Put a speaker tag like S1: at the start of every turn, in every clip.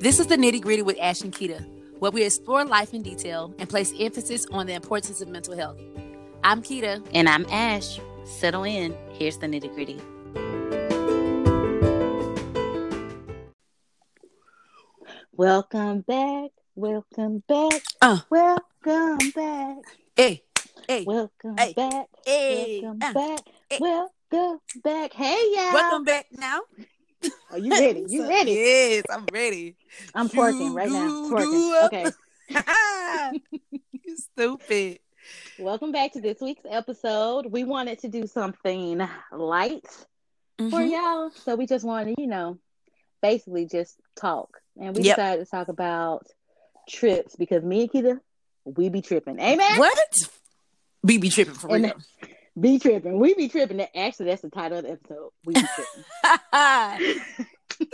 S1: This is the nitty gritty with Ash and Kita, where we explore life in detail and place emphasis on the importance of mental health. I'm Kita.
S2: And I'm Ash. Settle in. Here's the nitty gritty. Welcome back. Welcome back.
S1: Uh.
S2: Welcome back.
S1: Hey, hey,
S2: Welcome
S1: Hey.
S2: back.
S1: hey,
S2: Welcome
S1: uh,
S2: back.
S1: Hey.
S2: Welcome back. Hey y'all.
S1: welcome back now.
S2: Are you ready? You
S1: So-
S2: ready?
S1: Yes, I'm ready.
S2: I'm twerking right now.
S1: You do
S2: Twerking.
S1: up.
S2: Okay.
S1: you stupid.
S2: Welcome back to this week's episode. We wanted to do something light for
S1: Mhm.
S2: y'all. So we just wanted, to, you know, basically just talk. And we
S1: Yep.
S2: decided to talk about trips because me and Kita, we be tripping. Amen.
S1: What? We be tripping for
S2: And
S1: real.
S2: Be tripping. We be tripping. Actually, that's the title of the episode. We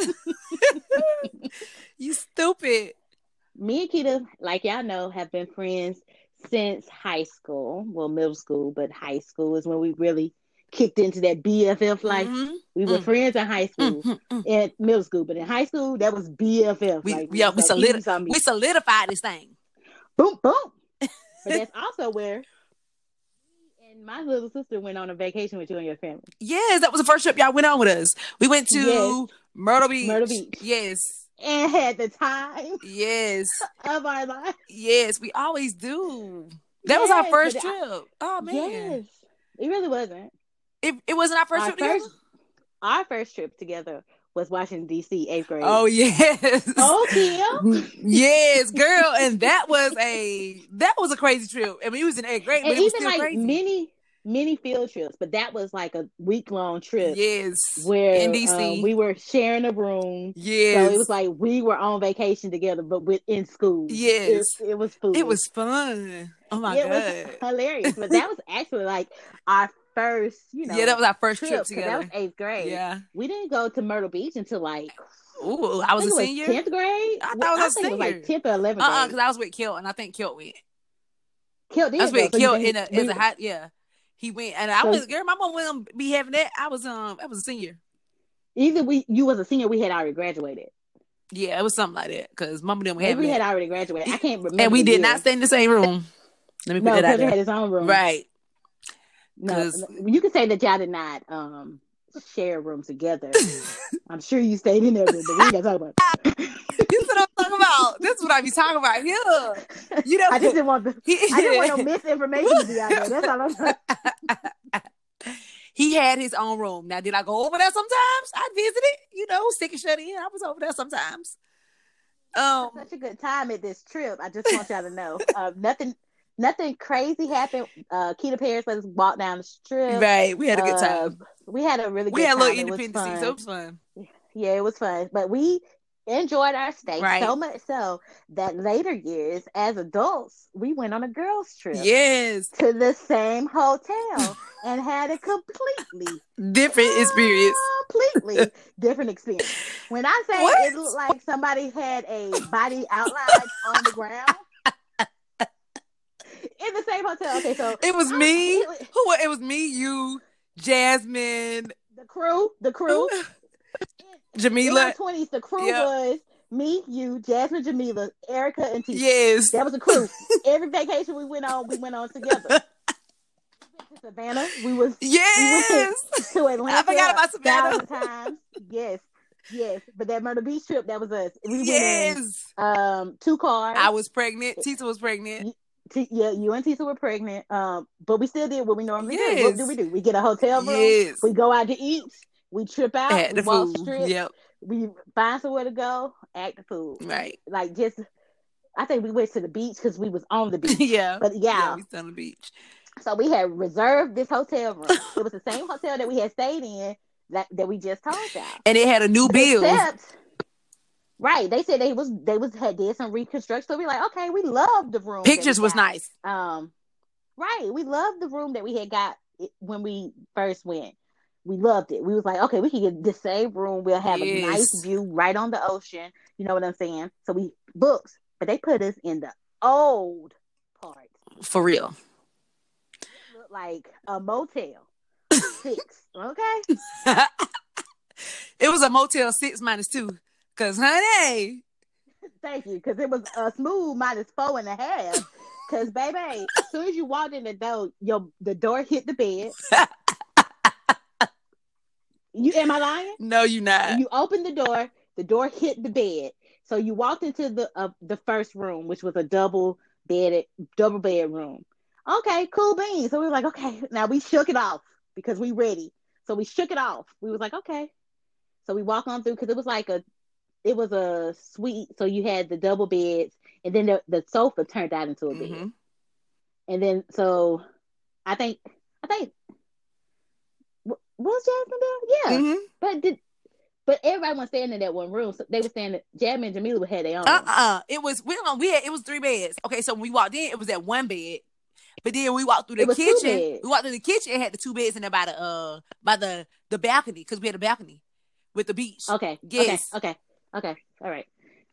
S2: be tripping.
S1: you stupid.
S2: me and Kita, like y'all know, have been friends since high school. Well, middle school, but high school is when we really kicked into that BFF life.
S1: Mhm,
S2: We were
S1: Mm.
S2: friends in high school.
S1: mhm, mhm.
S2: in middle school, but in high school that was BFF.
S1: We-
S2: like,
S1: yeah, we
S2: like,
S1: solid-
S2: he was on me.
S1: We solidified this thing.
S2: boom, boom. but that's also where me and my little sister went on a vacation with you and your family.
S1: Yes, that was the first trip y'all went on with us. We went to
S2: Yes.
S1: Myrtle Beach.
S2: Myrtle Beach.
S1: Yes,
S2: And had the time
S1: yes,
S2: of our life.
S1: yes. We always do. That was our
S2: Yes,
S1: first
S2: but
S1: trip.
S2: I-
S1: oh man,
S2: Yes. It really wasn't.
S1: it, it wasn't our first
S2: our
S1: trip. together?
S2: first our first trip together was Washington DC, eighth grade.
S1: Oh yes.
S2: Oh, Kim.
S1: yes, girl, and that was a that was a crazy trip. I mean, it was in eighth grade,
S2: And
S1: but it was
S2: even
S1: still
S2: like
S1: crazy.
S2: many, many field trips, but that was like a week long trip
S1: yes,
S2: where
S1: in DC.
S2: um, we were sharing a room.
S1: yes,
S2: So it was like we were on vacation together, but within school.
S1: Yes.
S2: It, it was food.
S1: It was fun. Oh my
S2: it was
S1: god.
S2: hilarious. But that was actually like our first, you know.
S1: yeah, that was our first trip,
S2: 'cause That
S1: together.
S2: was eighth grade.
S1: Yeah.
S2: We didn't go to Myrtle Beach until like
S1: Ooh, I was a
S2: think it
S1: senior.
S2: 10th grade.
S1: I thought
S2: Well,
S1: I was a
S2: think it was like
S1: senior.
S2: 10th or 11th
S1: Uh uh,
S2: grade.
S1: because I was with Kilt, and I think Kilt went.
S2: Kill did
S1: That's
S2: go,
S1: with
S2: so you
S1: Kilt in
S2: didn't-
S1: a as
S2: we-
S1: a hot yeah. He went, and I
S2: So-
S1: was girl. My mom wouldn't be having that. I was um, I was a senior.
S2: Either we, you was a senior, we had already graduated.
S1: Yeah, it was something like that because mama didn't
S2: Maybe
S1: have
S2: we had
S1: that,
S2: already graduated. I can't remember.
S1: and we
S2: the
S1: did not
S2: year.
S1: stay in the same room. Let me put
S2: No,
S1: that out
S2: Pedro
S1: there.
S2: had his own room.
S1: Right.
S2: No,
S1: 'Cause-
S2: you could say that y'all did not um share a room together. I'm sure you stayed in that room, but we ain't gonna talk about. It.
S1: This is what I'm talking about. This is what I be talking about here. You know,
S2: I just didn't want the,
S1: he,
S2: I didn't want no misinformation to be out there. That's all I'm saying.
S1: he had his own room. Now, did I go over there sometimes? I visited, you know, sick and shut in. I was over there sometimes. Um,
S2: Such a good time at this trip. I just want y'all to know. Uh, nothing, nothing crazy happened. Uh, Keita Paris let us walk down the strip.
S1: right. We had a good
S2: Uh,
S1: time.
S2: we had a really
S1: we
S2: good
S1: had a little
S2: time. It was
S1: independence.
S2: fun.
S1: So it was fun.
S2: Yeah, it was fun. But we enjoyed our stay
S1: Right.
S2: so much so that later years, as adults, we went on a girls' trip
S1: Yes.
S2: to the same hotel and had a completely,
S1: Different experience.
S2: Ah, completely different experience. When I say
S1: What?
S2: it looked like somebody had a body outlined on the ground in the same hotel. Okay, so
S1: It was
S2: I-
S1: me.
S2: it was-
S1: Who? It was me, you, Jasmine,
S2: the crew, the crew. In our
S1: Jamila.
S2: twenties, the crew
S1: Yeah.
S2: was me, you, Jasmine, Jamila, Erica, and Tisha.
S1: Yes.
S2: That was a crew. Every vacation we went on, we went on together. We went to Savannah. We was
S1: Yes.
S2: to Atlanta.
S1: I forgot about
S2: a
S1: Savannah.
S2: thousand times. Yes, yes. But that Myrtle Beach trip, that was us. We went
S1: Yes.
S2: in um, two cars.
S1: I was pregnant. Tita was pregnant.
S2: T- yeah, you and Tisa were pregnant. Um, but we still did what we normally do.
S1: Yes.
S2: What do we do? We get a hotel room.
S1: Yes.
S2: We go out to eat. We trip out.
S1: Had
S2: we
S1: the
S2: walk
S1: food.
S2: strip.
S1: Yep.
S2: We find somewhere to go. Act the food.
S1: Right.
S2: Like just, I think we went to the beach because we was on the beach.
S1: yeah.
S2: But yeah,
S1: we was on the beach.
S2: So we had reserved this hotel room. it was the same hotel that we had stayed in that, that we just told y'all.
S1: And it had a new bill.
S2: Except, right? They said they was they was had did some reconstruction. So we like, okay, we loved the room. that we
S1: Pictures was
S2: got.
S1: nice.
S2: Um, right. We loved the room that we had got it- when we first went. We loved it. We was like, okay, we can get the same room. We'll have a nice
S1: Yes.
S2: view right on the ocean. You know what I'm saying? So we booked, but they put us in the old part
S1: For real.
S2: look like a motel. Six. Okay.
S1: it was a Motel 6 minus 2. Because, honey,
S2: Thank you, because it was a smooth minus four and a half. Because baby, as soon as you walked in the door, your the door hit the bed. you am I lying?
S1: No, you not.
S2: You opened the door, the door hit the bed. So you walked into the uh, the first room, which was a double bedded double bedroom. Okay, cool beans. So we were like, okay, now we shook it off because we ready. So we shook it off. We was like, okay. So we walk on through because it was like a it was a suite. So you had the double beds, and then the, the sofa turned out into a bed.
S1: Mhm.
S2: And then so I think I think w- was Jasmine there? Yeah,
S1: Mhm.
S2: but did but everybody was staying in that one room. So they were saying that Jasmine and Jamila had their own.
S1: Uh uh It was we don't we had it was three beds. Okay, so when we walked in, it was at one bed. But then we walked through
S2: It
S1: the
S2: was two
S1: kitchen.
S2: beds.
S1: We walked through the kitchen and had the two beds in there by the uh by the the balcony because we had a balcony with the beach.
S2: Okay.
S1: Yes.
S2: Okay. Okay. Okay. All right.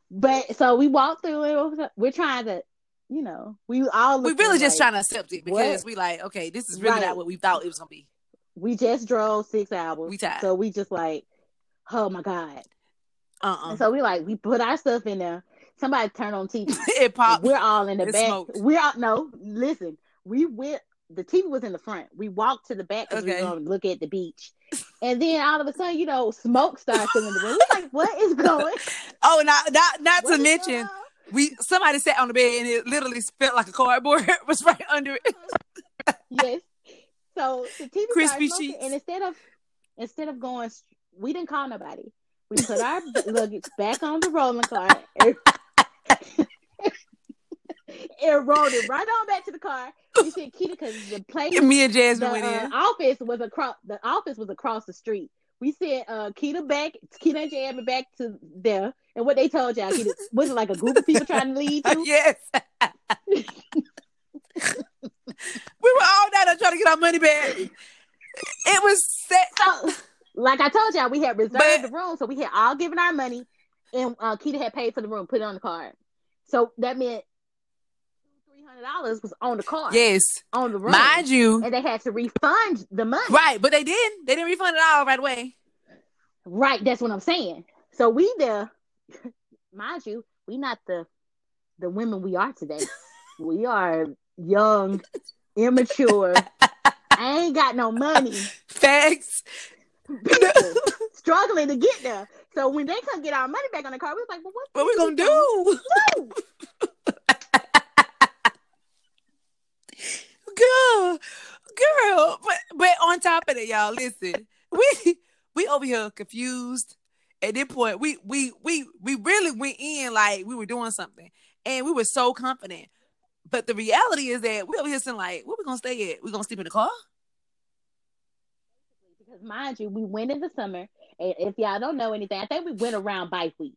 S2: But so we walked through it. We're trying to, you know, we all
S1: we really just
S2: like,
S1: trying to accept it because
S2: what?
S1: we like okay, this is really
S2: Right.
S1: not what we thought it was gonna be.
S2: We just drove six hours.
S1: We tired.
S2: So we just like, oh my god.
S1: Uh uh
S2: And so we like we put our stuff in there. Somebody turn on TV.
S1: it popped.
S2: We're all in the
S1: It
S2: back.
S1: smoked.
S2: We're all no. Listen, we went. The TV was in the front. We walked to the back because
S1: Okay.
S2: we were going to look at the beach. And then all of a sudden, you know, smoke starts filling the room. We're like, what is going?
S1: Oh, not not not
S2: what
S1: to
S2: is
S1: mention
S2: going on?
S1: we somebody sat on the bed and it literally felt like a cardboard was right under it.
S2: yes. So the TV
S1: Crispy
S2: started smoking,
S1: sheets.
S2: and instead of instead of going, s- we didn't call nobody. We put our luggage back on the rolling cart and, and rolled it right on back to the car. We said, "Kita, because the place,
S1: Me and
S2: the
S1: Jasmine went
S2: uh,
S1: in.
S2: office was across the office was across the street." We said, uh, "Kita back, Kita and Jasmine back to there." And what they told y'all, Kita, was it like a group of people trying to leave you?
S1: yes. we were all down there trying to get our money back. It was set.
S2: So, like I told y'all, we had reserved
S1: But-
S2: the room, so we had all given our money, and uh, Keita had paid for the room, put it on the card. So that meant three hundred dollars was on the card,
S1: Yes,
S2: on the room,
S1: mind you,
S2: and they had to refund the money.
S1: right? But they didn't. They didn't refund it all right away.
S2: Right, that's what I'm saying. So we there, mind you, we not the the women we are today. we are young, immature. I ain't got no money.
S1: Facts.
S2: people struggling to get there. So when they couldn't get our money back on the car, we was like, well, what
S1: What we
S2: the
S1: gonna
S2: fuck
S1: do,
S2: we gonna do?
S1: girl? Girl, but but on top of it, y'all, listen, we we over here confused. At this point, we we we we really went in like we were doing something, and we were so confident. But the reality is that we over here saying like, where we gonna stay at? We gonna sleep in the car?
S2: Because mind you, we went in the summer, and if y'all don't know anything, I think we went around bike week.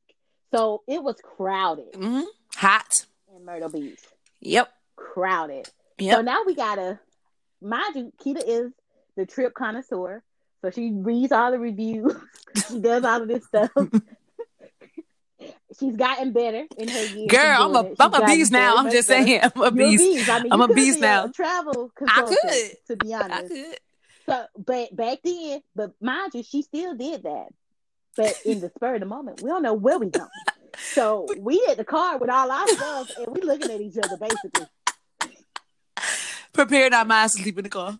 S2: So it was crowded
S1: hmm Hot.
S2: in Myrtle Beach.
S1: Yep.
S2: Crowded. So
S1: Yep.
S2: now we gotta mind you, Kita is the trip connoisseur. So she reads all the reviews. she does all of this stuff. She's gotten better in her years.
S1: Girl, I'm a I'm a beast now. I'm just saying I'm a
S2: You're a
S1: beast.
S2: beast. I mean,
S1: I'm
S2: you
S1: a
S2: could
S1: beast
S2: be
S1: now.
S2: A travel
S1: I
S2: consultant,
S1: could.
S2: to be
S1: I
S2: honest.
S1: could.
S2: So, but back then, but mind you, she still did that. But in the spur of the moment, we don't know where we going. So we at the car with all our stuff, and we looking at each other basically.
S1: Prepared our minds to sleep in the car.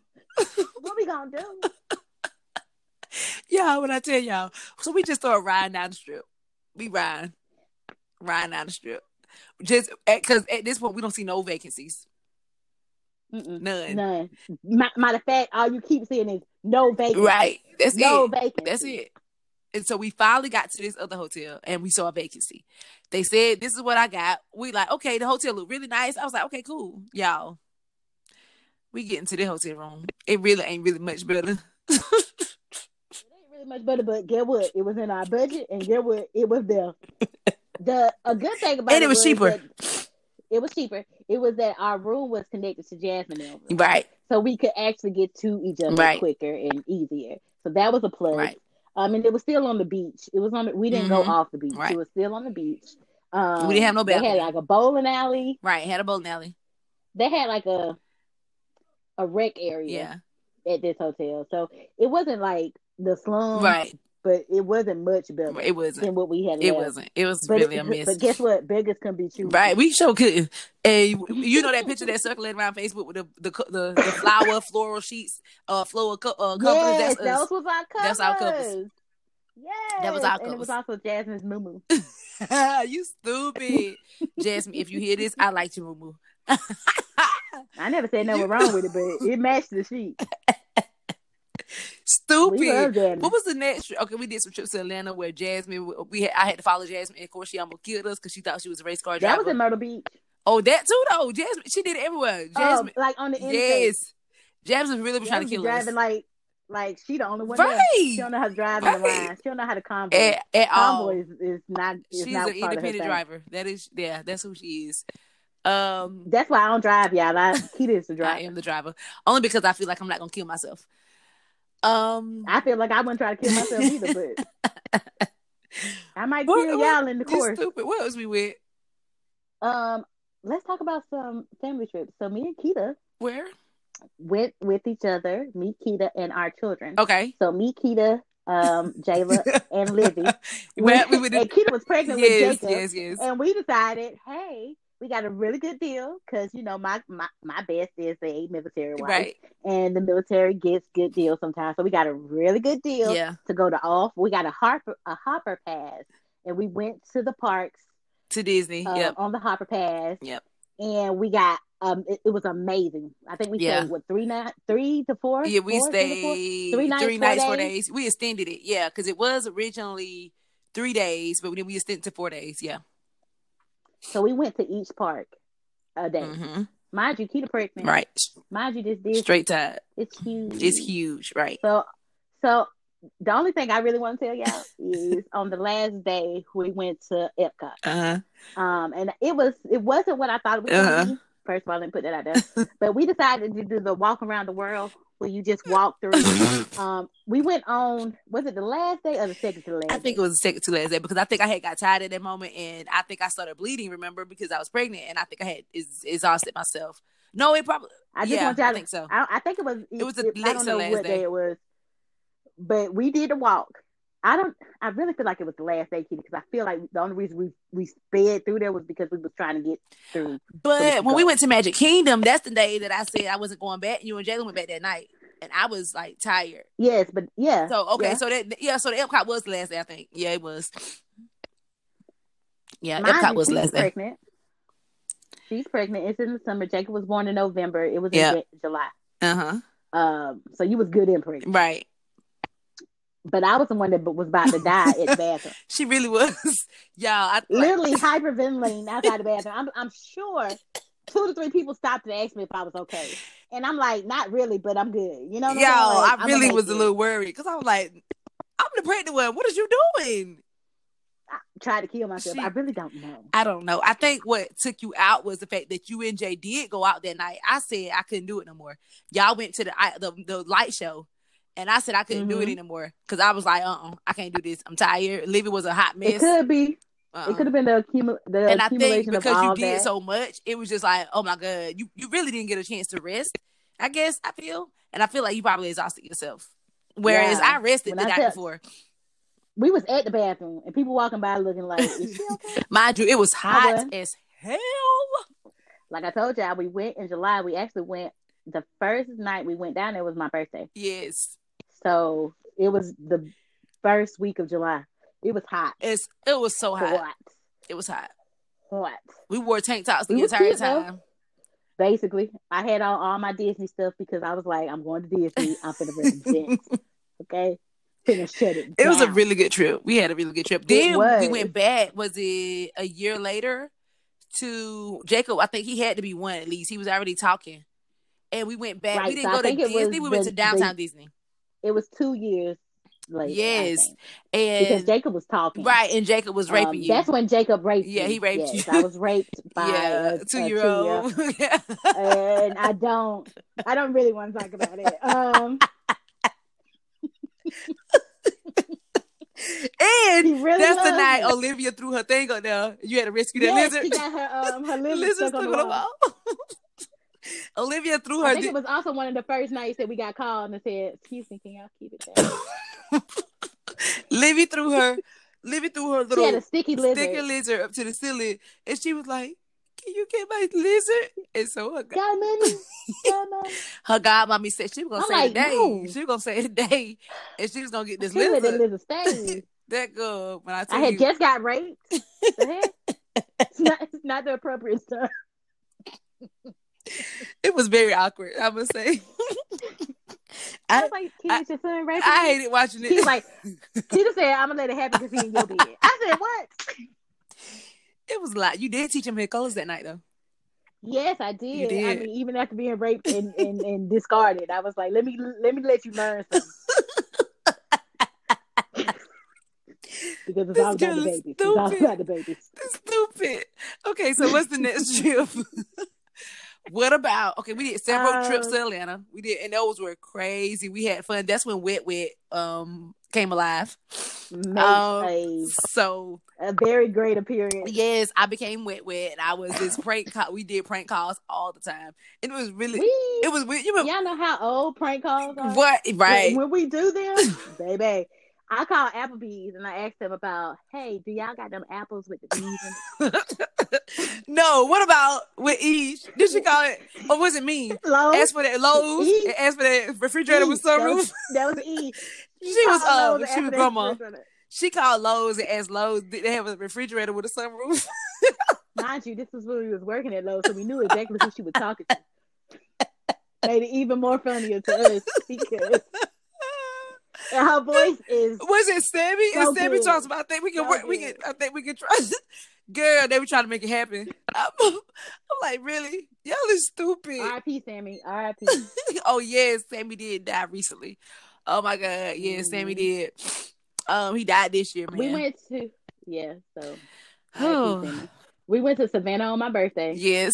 S2: What we gonna do?
S1: Yeah, when I tell y'all. So we just started riding down the strip. We riding. Riding down the strip. Just because at this point we don't see no vacancies.
S2: Mm-mm,
S1: None.
S2: none. Ma- Matter of fact, all you keep seeing is no vacancy.
S1: Right. That's
S2: No
S1: it.
S2: vacancy.
S1: That's it. And so we finally got to this other hotel and we saw a vacancy. They said, This is what I got. We like, okay, the hotel looked really nice. I was like, okay, cool. Y'all, we get into the hotel room. It really ain't really much better.
S2: It ain't really much better, but get what? It was in our budget, and get what? It was there. The a good thing about
S1: And it was cheaper.
S2: that- It was cheaper. It was that our room was connected to Jasmine. Elder.
S1: Right.
S2: so we could actually get to each other
S1: Right.
S2: quicker and easier. So that was a plus.
S1: Right.
S2: Um, and it was still on the beach. It was on. The, we didn't
S1: Mhm.
S2: go off the beach.
S1: Right.
S2: It was still on the beach. Um,
S1: We didn't have no
S2: They had
S1: balcony.
S2: like a bowling alley.
S1: Right. Had a bowling alley.
S2: They had like a a rec area
S1: Yeah.
S2: at this hotel. So it wasn't like the slum.
S1: Right.
S2: but it wasn't much better
S1: It wasn't.
S2: than what we had.
S1: It
S2: left.
S1: wasn't. It was
S2: But,
S1: really
S2: it-
S1: a miss.
S2: but guess what? Beggars can be choosers.
S1: Right, we sure couldn't. And you know that picture that circulated around Facebook with the the co- the, the flower floral sheets, uh, floral co- uh, covers.
S2: Yes,
S1: that's
S2: those
S1: us.
S2: was our covers.
S1: That's our covers.
S2: Yes,
S1: That was our
S2: And it was
S1: covers.
S2: also Jasmine's moo moo.
S1: you stupid, Jasmine. If you hear this, I like your moo.
S2: I never said nothing
S1: You-
S2: wrong with it, but it matched the sheet. We love
S1: Stupid.
S2: Jasmine.
S1: What was the next? tri- Okay, we did some trips to Atlanta where Jasmine. we- We had, I had to follow Jasmine. Of course, she almost killed us because she thought she was a race car
S2: that
S1: driver.
S2: was in Myrtle Beach.
S1: oh, that too though. Jasmine, she did it everywhere.
S2: Oh,
S1: Jasmine,
S2: like on the interstate.
S1: yes, Jasmine really was trying to
S2: Jasmine
S1: kill us.
S2: driving like like she the only one. there. She
S1: right,
S2: don't know how to drive in the
S1: Right.
S2: line. She don't know how to convoy.
S1: at, at all.
S2: convoy is, is not. Is
S1: Um, She's
S2: not
S1: an
S2: part of her
S1: independent
S2: thing.
S1: driver. That is, yeah, that's who she is. Um,
S2: That's why I don't drive, y'all. I, Keita is the
S1: I
S2: driver.
S1: am the driver only because I feel like I'm not gonna kill myself. Um,
S2: I feel like I wouldn't try to kill myself either, but I might
S1: What-
S2: kill
S1: what-
S2: y'all in the
S1: you
S2: course.
S1: stupid. What else we with?
S2: Um, let's talk about some family trips. So me and Keita
S1: Where?
S2: went with each other, me, Keita, and our children.
S1: Okay.
S2: So me, Keita, um, Jayla, and Livy.
S1: Well, we would.
S2: and Keita was pregnant with
S1: Yes,
S2: Jacob,
S1: yes, yes.
S2: and we decided, hey, we got a really good deal because you know my my my best is a military wife,
S1: Right.
S2: and the military gets good deals sometimes. So we got a really good deal.
S1: Yeah.
S2: to go to off. We got a hopper a hopper pass, and we went to the parks
S1: To Disney.
S2: uh,
S1: yep.
S2: on the hopper pass.
S1: Yep.
S2: And we got um, it, it was amazing. I think we
S1: Yeah.
S2: stayed what three night, three to four.
S1: Yeah, we
S2: Four, three to four?
S1: stayed
S2: Three nights,
S1: three
S2: four
S1: nights, four
S2: days?
S1: days. We extended it. Yeah, because it was originally three days, but then we extended to four days. Yeah.
S2: So we went to each park a day.
S1: hmm
S2: Mind you, Keita pregnant.
S1: Right.
S2: Mind you, this Disney
S1: Straight tide.
S2: it's huge.
S1: It's huge. Right.
S2: So, so the only thing I really want to tell y'all is on the last day we went to Epcot.
S1: Uh
S2: Um, and it was it wasn't what I thought it was
S1: Uh-huh.
S2: gonna be. First of all, I didn't put that out there. but we decided to do the walk around the world where you just walk through.
S1: huh.
S2: um, we went on was it the last day or the second to last?
S1: I think it
S2: day?
S1: was the second to last day because I think I had got tired at that moment and I think I started bleeding, remember, because I was pregnant and I think I had is exhausted myself. No, it probably
S2: I just
S1: yeah,
S2: want y'all
S1: I
S2: to.
S1: think so.
S2: I, I think it was. It,
S1: was the
S2: it- I
S1: next
S2: don't
S1: to
S2: know
S1: last
S2: what day.
S1: day.
S2: it was, but we did the walk. I don't. I really feel like it was the last day, Kitty, because I feel like the only reason we we sped through there was because we was trying to get through.
S1: But
S2: it's
S1: when we
S2: gone.
S1: went to Magic Kingdom, that's the day that I said I wasn't going back. You and Jalen went back that night. And I was like tired.
S2: Yes, but yeah,
S1: So okay,
S2: Yeah.
S1: so that yeah, so the Epcot was the last day, I think. Yeah, it was. Yeah,
S2: Mind
S1: Epcot
S2: you,
S1: was the
S2: she's
S1: last day.
S2: pregnant. She's pregnant. It's in the summer. Jacob was born in November. It was
S1: Yeah.
S2: in Ja- July.
S1: Uh huh.
S2: Um, so you was good and pregnant.
S1: Right.
S2: But I was the one that b- was about to die at the bathroom.
S1: She really was. Y'all, I
S2: Literally hyperventilating outside the bathroom. I'm, I'm sure two to three people stopped to ask me if I was okay. And I'm like, not really, but I'm good. You know what
S1: Yo, I
S2: I'm saying? Like, I'ma
S1: really
S2: make
S1: was a
S2: it.
S1: little worried because I was like, I'm the pregnant one. What is you doing?
S2: I tried to kill myself.
S1: She-
S2: I really don't know.
S1: I don't know. I think what took you out was the fact that you and Jay did go out that night. I said I couldn't do it no more. Y'all went to the I, the, the light show, and I said I couldn't do it
S2: Mhm.
S1: anymore because I was like, uh, uh I can't do this. I'm tired. Livy was a hot
S2: It
S1: mess.
S2: could be.
S1: Uh-uh.
S2: It could have been the, accumul- the
S1: and I think
S2: accumulation of
S1: because
S2: all
S1: you did
S2: that.
S1: so much, it was just like, oh my god, you you really didn't get a chance to rest. I guess I feel, and I feel like you probably exhausted yourself. Whereas
S2: Yeah.
S1: I rested
S2: When
S1: the
S2: I
S1: night
S2: tell-
S1: before.
S2: we was at the bathroom and people walking by looking like, is she okay?
S1: Mind you, it was hot
S2: wasn't.
S1: as hell.
S2: like I told y'all, we went in July. We actually went the first night we went down there was my birthday.
S1: Yes,
S2: So it was the first week of July. It was hot.
S1: it's it was so hot.
S2: Hot.
S1: It was hot.
S2: Hot.
S1: We wore tank tops the
S2: We was
S1: entire
S2: cute, though.
S1: time.
S2: Basically, I had on all my Disney stuff because I was like, I'm going to Disney. I'm finna represent. okay. Finna shut it.
S1: It was a
S2: down.
S1: really good trip. We had a really good trip. Then we
S2: was.
S1: went back. Was it a year later to Jacob? I think he had to be one at least. He was already talking, and we went back.
S2: Right,
S1: we
S2: so
S1: didn't
S2: I
S1: go to
S2: think it was
S1: Disney. We went
S2: the-
S1: to downtown Disney.
S2: it was two years later. I
S1: Yes,
S2: think, because
S1: And
S2: Jacob was talking.
S1: right, and Jacob was raping
S2: Um,
S1: you.
S2: That's when Jacob raped
S1: Yeah,
S2: me.
S1: he raped
S2: Yes,
S1: you.
S2: I was raped by
S1: yeah,
S2: a- a
S1: two year old.
S2: and I don't I don't really want to talk about it. Um
S1: and
S2: he really
S1: That's the
S2: loved
S1: night
S2: me.
S1: Olivia threw her thing on there. You had to rescue that
S2: yes, She
S1: lizard.
S2: got her um her
S1: The
S2: lizard,
S1: lizard
S2: stuck on the
S1: on the
S2: wall.
S1: wall. Olivia threw
S2: I
S1: her.
S2: think
S1: di-
S2: it was also one of the first nights that we got called and said, "Excuse me, can y'all keep it?" Down?
S1: Livy threw her, Livy threw her
S2: She
S1: little
S2: had a sticky lizard.
S1: sticker lizard up to the ceiling, and she was like, "Can you get my lizard?" And so her, go-
S2: God, mommy. God, mommy.
S1: her godmommy said she was gonna
S2: I'm
S1: say
S2: like,
S1: today,
S2: no.
S1: she was gonna say today, and she was gonna get this
S2: She let that
S1: lizard.
S2: lizard stay.
S1: That girl, when I
S2: I
S1: tell
S2: had
S1: you,
S2: just got raped. The heck? it's not, it's not the appropriate stuff.
S1: it was very awkward. I must say, I-
S2: I, like, can I, your son raping
S1: I
S2: you?"
S1: hated watching
S2: She's
S1: it.
S2: like, she just said, "I'm gonna let it happen because he in your bed." I said, "What?"
S1: It was a lot. You did teach him his colors that night, though.
S2: Yes, I did. I
S1: did.
S2: mean, even after being raped and, and, and discarded, I was like, "Let me let me let you learn something." because it's
S1: This
S2: all about
S1: girl
S2: the
S1: is
S2: babies. It's all
S1: stupid.
S2: about the babies.
S1: Stupid. Okay, so what's the next trip? what about? Okay, we did several
S2: Um,
S1: trips to Atlanta. We did, and those were crazy. We had fun. That's when Wet Wet um came alive.
S2: Made
S1: Um,
S2: a,
S1: So
S2: a very great appearance.
S1: yes, I became Wet Wet, and I was this prank call. We did prank calls all the time, and it was really,
S2: We-
S1: it was weird. You remember
S2: y'all know how old prank calls are.
S1: what? Right?
S2: When, when we do them, baby, I call Applebee's and I ask them about, "Hey, do y'all got them apples with the bees?" in-"
S1: no. What about with each? Did she call it? Or was it me?
S2: Lowe's?
S1: Ask for that Lowe's.
S2: Eat.
S1: and Ask for that refrigerator with
S2: E. That
S1: sunroof.
S2: was- That was E.
S1: She was
S2: Called
S1: uh,
S2: Lowe's
S1: she
S2: after
S1: was
S2: that
S1: grandma.
S2: restaurant.
S1: She called Lowe's and asked Lowe's did they have a refrigerator with a sunroof?
S2: Mind you, this was when we was working at Lowe's, so we knew exactly who she was talking to. Made it even more funnier to us because and her voice is
S1: was it Sammy?
S2: So
S1: and Sammy
S2: good.
S1: talks about I think we can
S2: So
S1: work, we can
S2: good.
S1: I think we can trust. Girl, they were trying to make it happen. I'm, I'm like, really? Y'all is stupid.
S2: R.I.P. Sammy. R.I.P.
S1: oh yes, Sammy did die recently. Oh my god, yeah, Sammy
S2: Mhm.
S1: did. Um, he died this year, man.
S2: we went to yeah, so R.I.P.
S1: Oh,
S2: Sammy. we went to Savannah on my birthday.
S1: yes.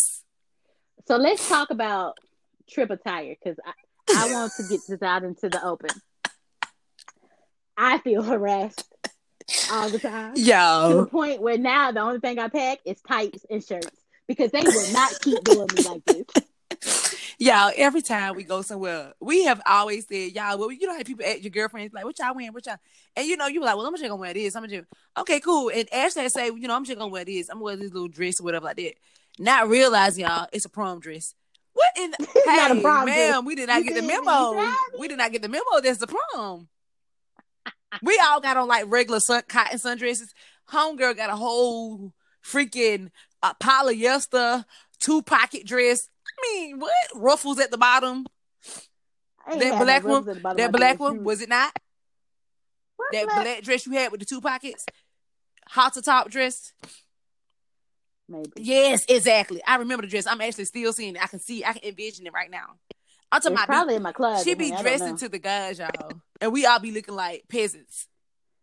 S2: So let's talk about trip attire because I, I want to get this out into the open. I feel harassed all the time. to the
S1: Yo.
S2: point where now the only thing I pack is tights and shirts because they will not keep doing me like this.
S1: Y'all, every time we go somewhere, we have always said, y'all, well, you know how people ask your girlfriends, like, what y'all wearing, what y'all? And you know, you were like, well, I'm just gonna wear this. I'm just, okay, cool. And Ashley say, you know, I'm just gonna wear this. I'm gonna wear this little dress or whatever like that. Not realizing, y'all, it's a prom dress. What in the, hey,
S2: Not a prom
S1: ma'am, we did not
S2: You
S1: get the
S2: feel me?
S1: memo.
S2: You feel
S1: We did not get the memo. That's the prom. we all got on like regular sun, cotton sundresses. Homegirl got a whole freaking uh, polyester two pocket dress. I mean, what ruffles at the bottom?
S2: I ain't
S1: That
S2: had no
S1: black
S2: ruffles
S1: one-
S2: at the bottom
S1: That
S2: of my
S1: black
S2: dress.
S1: one
S2: You-
S1: was it not?
S2: What
S1: That
S2: black-
S1: black dress you had with the two pockets, hot to top dress.
S2: Maybe.
S1: Yes, exactly. I remember the dress. I'm actually still seeing it. I can see. I can envision it right now. I'm talking
S2: It's
S1: about
S2: probably in my closet.
S1: she be
S2: honey, I don't
S1: dressing
S2: know.
S1: to the guys, y'all, and we all be looking like peasants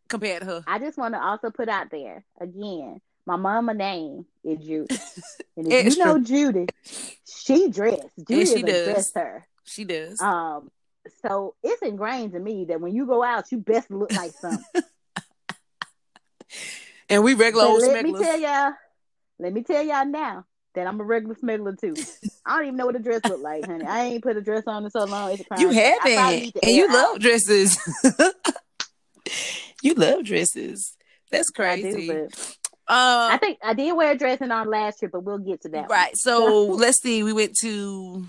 S1: compared to her.
S2: I just want to also put out there again. My mama name is Judy, and if
S1: It's
S2: you know Judy, she dressed. Judy
S1: she
S2: is
S1: does.
S2: a dresser.
S1: She does.
S2: Um, so it's ingrained in me that when you go out, you best look like something.
S1: and we regular
S2: But
S1: old
S2: let me
S1: smecklers.
S2: tell y'all, let me tell y'all now that I'm a regular smuggler too. I don't even know what a dress look like, honey. I ain't put a dress on in so long. It's a crime.
S1: You
S2: I probably
S1: haven't,
S2: need to
S1: and you
S2: air
S1: love
S2: out.
S1: dresses. you love dresses. That's
S2: I do,
S1: crazy.
S2: but I
S1: Um,
S2: think I did wear a dress in on last year, but we'll get to that. one.
S1: right. So let's see. We went to.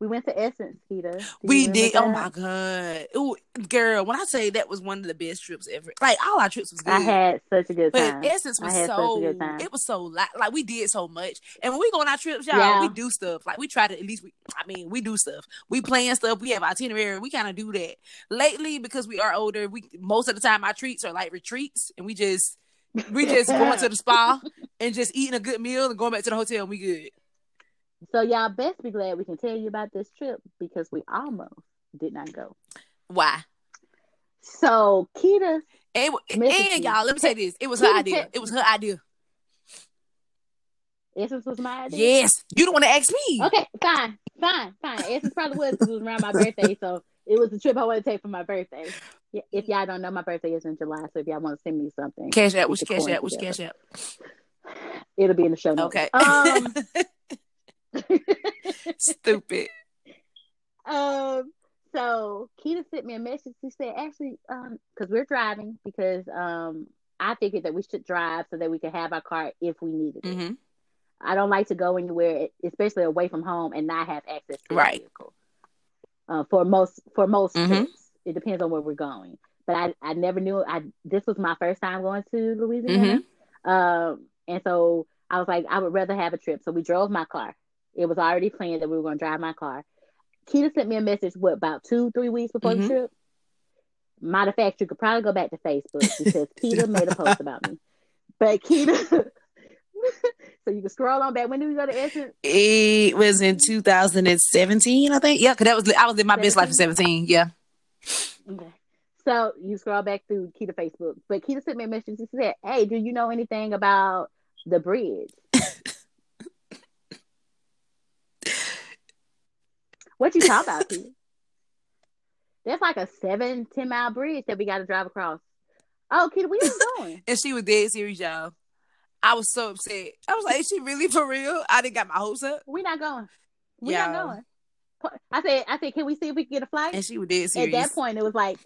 S2: We went to Essence, Peter. Do you
S1: We
S2: remember
S1: did. Oh
S2: that?
S1: my god, Ooh, girl! When I say that was one of the best trips ever. Like all our trips was good.
S2: I had such a good time.
S1: But Essence
S2: I
S1: was
S2: had such a
S1: so
S2: good time.
S1: it was so li- like we did so much, and when we go on our trips, y'all,
S2: Yeah.
S1: we do stuff. Like we try to at least we, I mean, we do stuff. We plan stuff. We have itinerary. We kind of do that lately because we are older. We most of the time our treats are like retreats, and we just we just going to the spa and just eating a good meal and going back to the hotel. and We good.
S2: So y'all best be glad we can tell you about this trip because we almost did not go.
S1: Why?
S2: So Kita,
S1: And,
S2: Message
S1: and
S2: you.
S1: y'all, let me say this: it was
S2: Tell
S1: her
S2: me,
S1: idea.
S2: tell-
S1: It was her idea.
S2: Essence was my idea.
S1: Yes, you don't want to ask me.
S2: Okay, fine, fine, fine. Essence probably was 'cause it was around my birthday, so it was the trip I wanted to take for my birthday. Y- If y'all don't know, my birthday is in July, so if y'all want to send me something,
S1: Cash out.
S2: We
S1: Which
S2: could
S1: cash
S2: coin
S1: out? Which
S2: together.
S1: cash out?
S2: it'll be in the show notes.
S1: Okay.
S2: Um,
S1: Stupid.
S2: um. So Keita sent me a message. She said, actually, because we're driving, because um, I figured that we should drive so that we could have our car if we needed it.
S1: Mm-hmm.
S2: I don't like to go anywhere, especially away from home, and not have access to
S1: Right.
S2: a vehicle. Uh, for most for most
S1: Mhm.
S2: trips, it depends on where we're going. But I, I never knew I this was my first time going to Louisiana, um, and so I was like, I would rather have a trip. So we drove my car. It was already planned that we were going to drive my car. Keita sent me a message. What about two, three weeks before
S1: Mhm.
S2: the trip? Matter of fact, you could probably go back to Facebook because Keita made a post about me. But Keita, so you can scroll on back. When did we go to Essence?
S1: It was in 2017, I think. Yeah, because that was I was in my best life in 17. Yeah.
S2: Okay. So you scroll back through Keita Facebook, but Keita sent me a message. She said, "Hey, do you know anything about the bridge? what you talk about, Keita? That's like a seven, ten mile bridge that we got to drive across. Oh, Keita, where you going?
S1: And she was dead serious, y'all. I was so upset. I was like, is she really for real? I didn't got my hopes up.
S2: We're not going. We're
S1: Yeah.
S2: not going. I said, I said, can we see if we can get a flight?
S1: And she was dead
S2: At
S1: serious.
S2: that point, it was like,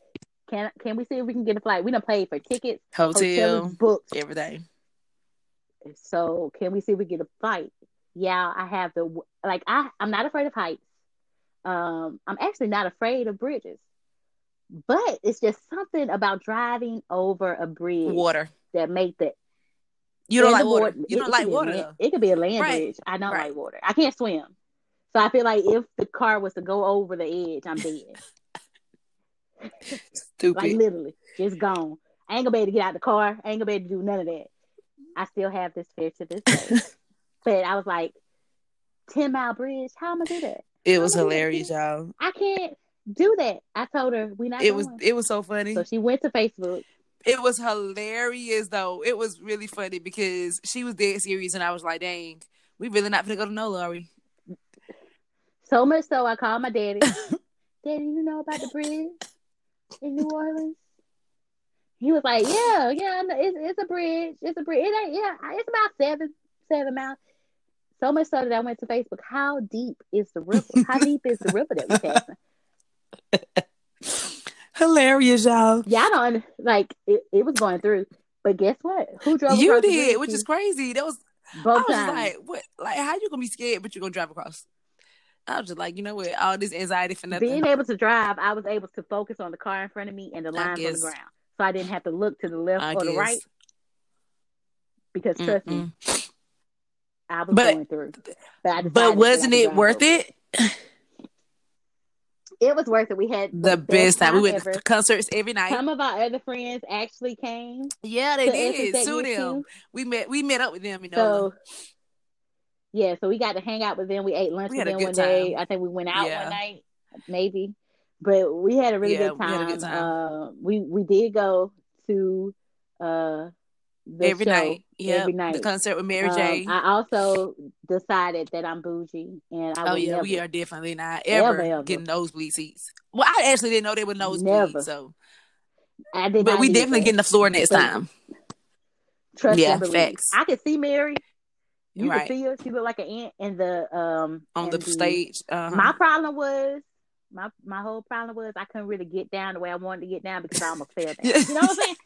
S2: can can we see if we can get a flight? We done paid for tickets,
S1: Hotel,
S2: hotels, books.
S1: everything.
S2: so can we see if we get a fight yeah i have the like i i'm not afraid of heights um i'm actually not afraid of bridges but it's just something about driving over a bridge
S1: Water.
S2: that make the
S1: You don't
S2: and
S1: like
S2: the
S1: water.
S2: board-
S1: You
S2: it-
S1: don't
S2: it
S1: like
S2: could be a
S1: water.
S2: land-
S1: though.
S2: it could be a land
S1: Right.
S2: bridge i don't
S1: Right.
S2: like water i can't swim so i feel like if the car was to go over the edge i'm dead Like
S1: Stupid.
S2: literally, just gone. I ain't gonna be able to get out the car. I ain't gonna be able to do none of that. I still have this fear to this day. but I was like, ten mile bridge. How am I do that?
S1: It was
S2: I'm gonna do
S1: hilarious,
S2: that.
S1: y'all.
S2: I can't do that. I told her we not.
S1: It was
S2: going.
S1: it was so funny.
S2: So she went to Facebook.
S1: It was hilarious though. It was really funny because she was dead serious and I was like, dang, we really not gonna go to no Lori.
S2: So much so, I called my daddy. daddy, you know about the bridge in New Orleans? He was like, yeah, yeah, I know. It's, it's a bridge. It's a bridge. It ain't, yeah, it's about seven, seven miles. So much so that I went to Facebook. How deep is the river? How deep is the river that we passing?
S1: Hilarious, y'all.
S2: Yeah, I don't like it, it was going through. But guess what? Who drove
S1: You
S2: across the
S1: did,
S2: bridge,
S1: which is
S2: Keith?
S1: crazy. That was I
S2: both
S1: was just
S2: times.
S1: like, what like how you gonna be scared but you gonna drive across? I was just like, you know what, all this anxiety for nothing.
S2: Being able to drive, I was able to focus on the car in front of me and the
S1: I
S2: lines on the
S1: guess.
S2: ground. So I didn't have to look to the left
S1: I
S2: or the
S1: guess.
S2: right because trust me,
S1: Mm-mm.
S2: I was
S1: But-
S2: going through. But, I
S1: But
S2: decided
S1: wasn't
S2: not to
S1: it
S2: drive
S1: worth
S2: over.
S1: it?
S2: It was worth it. We had
S1: The best time. We went
S2: ever.
S1: to concerts every night.
S2: Some of our other friends actually came.
S1: yeah, they
S2: to Essence
S1: did.
S2: that
S1: Sue
S2: year,
S1: them.
S2: too.
S1: We met we met up with them, you know.
S2: So yeah, so we got to hang out with them. We ate lunch
S1: We
S2: with
S1: had a
S2: them
S1: good
S2: one day.
S1: time.
S2: I think we went out
S1: Yeah.
S2: one night, maybe. But we had a really
S1: Yeah,
S2: good
S1: we had a good
S2: time. Uh, we we did go to uh the
S1: every
S2: show
S1: night. Yeah.
S2: every
S1: The
S2: night.
S1: concert with Mary
S2: Um,
S1: J.
S2: I also decided that I'm bougie and I
S1: oh
S2: will
S1: yeah,
S2: never,
S1: we are definitely not
S2: ever,
S1: ever,
S2: ever,
S1: getting nosebleed seats. Well, I actually didn't know they were nosebleed,
S2: Never.
S1: so
S2: I did
S1: but
S2: not
S1: we
S2: need
S1: definitely
S2: that.
S1: getting the floor next
S2: But-
S1: time.
S2: Trust
S1: Yeah,
S2: and believe.
S1: facts.
S2: I could see Mary. You
S1: Right.
S2: could see her. She looked like an ant in the um
S1: On the
S2: in
S1: stage. Uh-huh.
S2: My problem was my my whole problem was I couldn't really get down the way I wanted to get down because I almost fell down.
S1: Yeah.
S2: You know what I'm saying?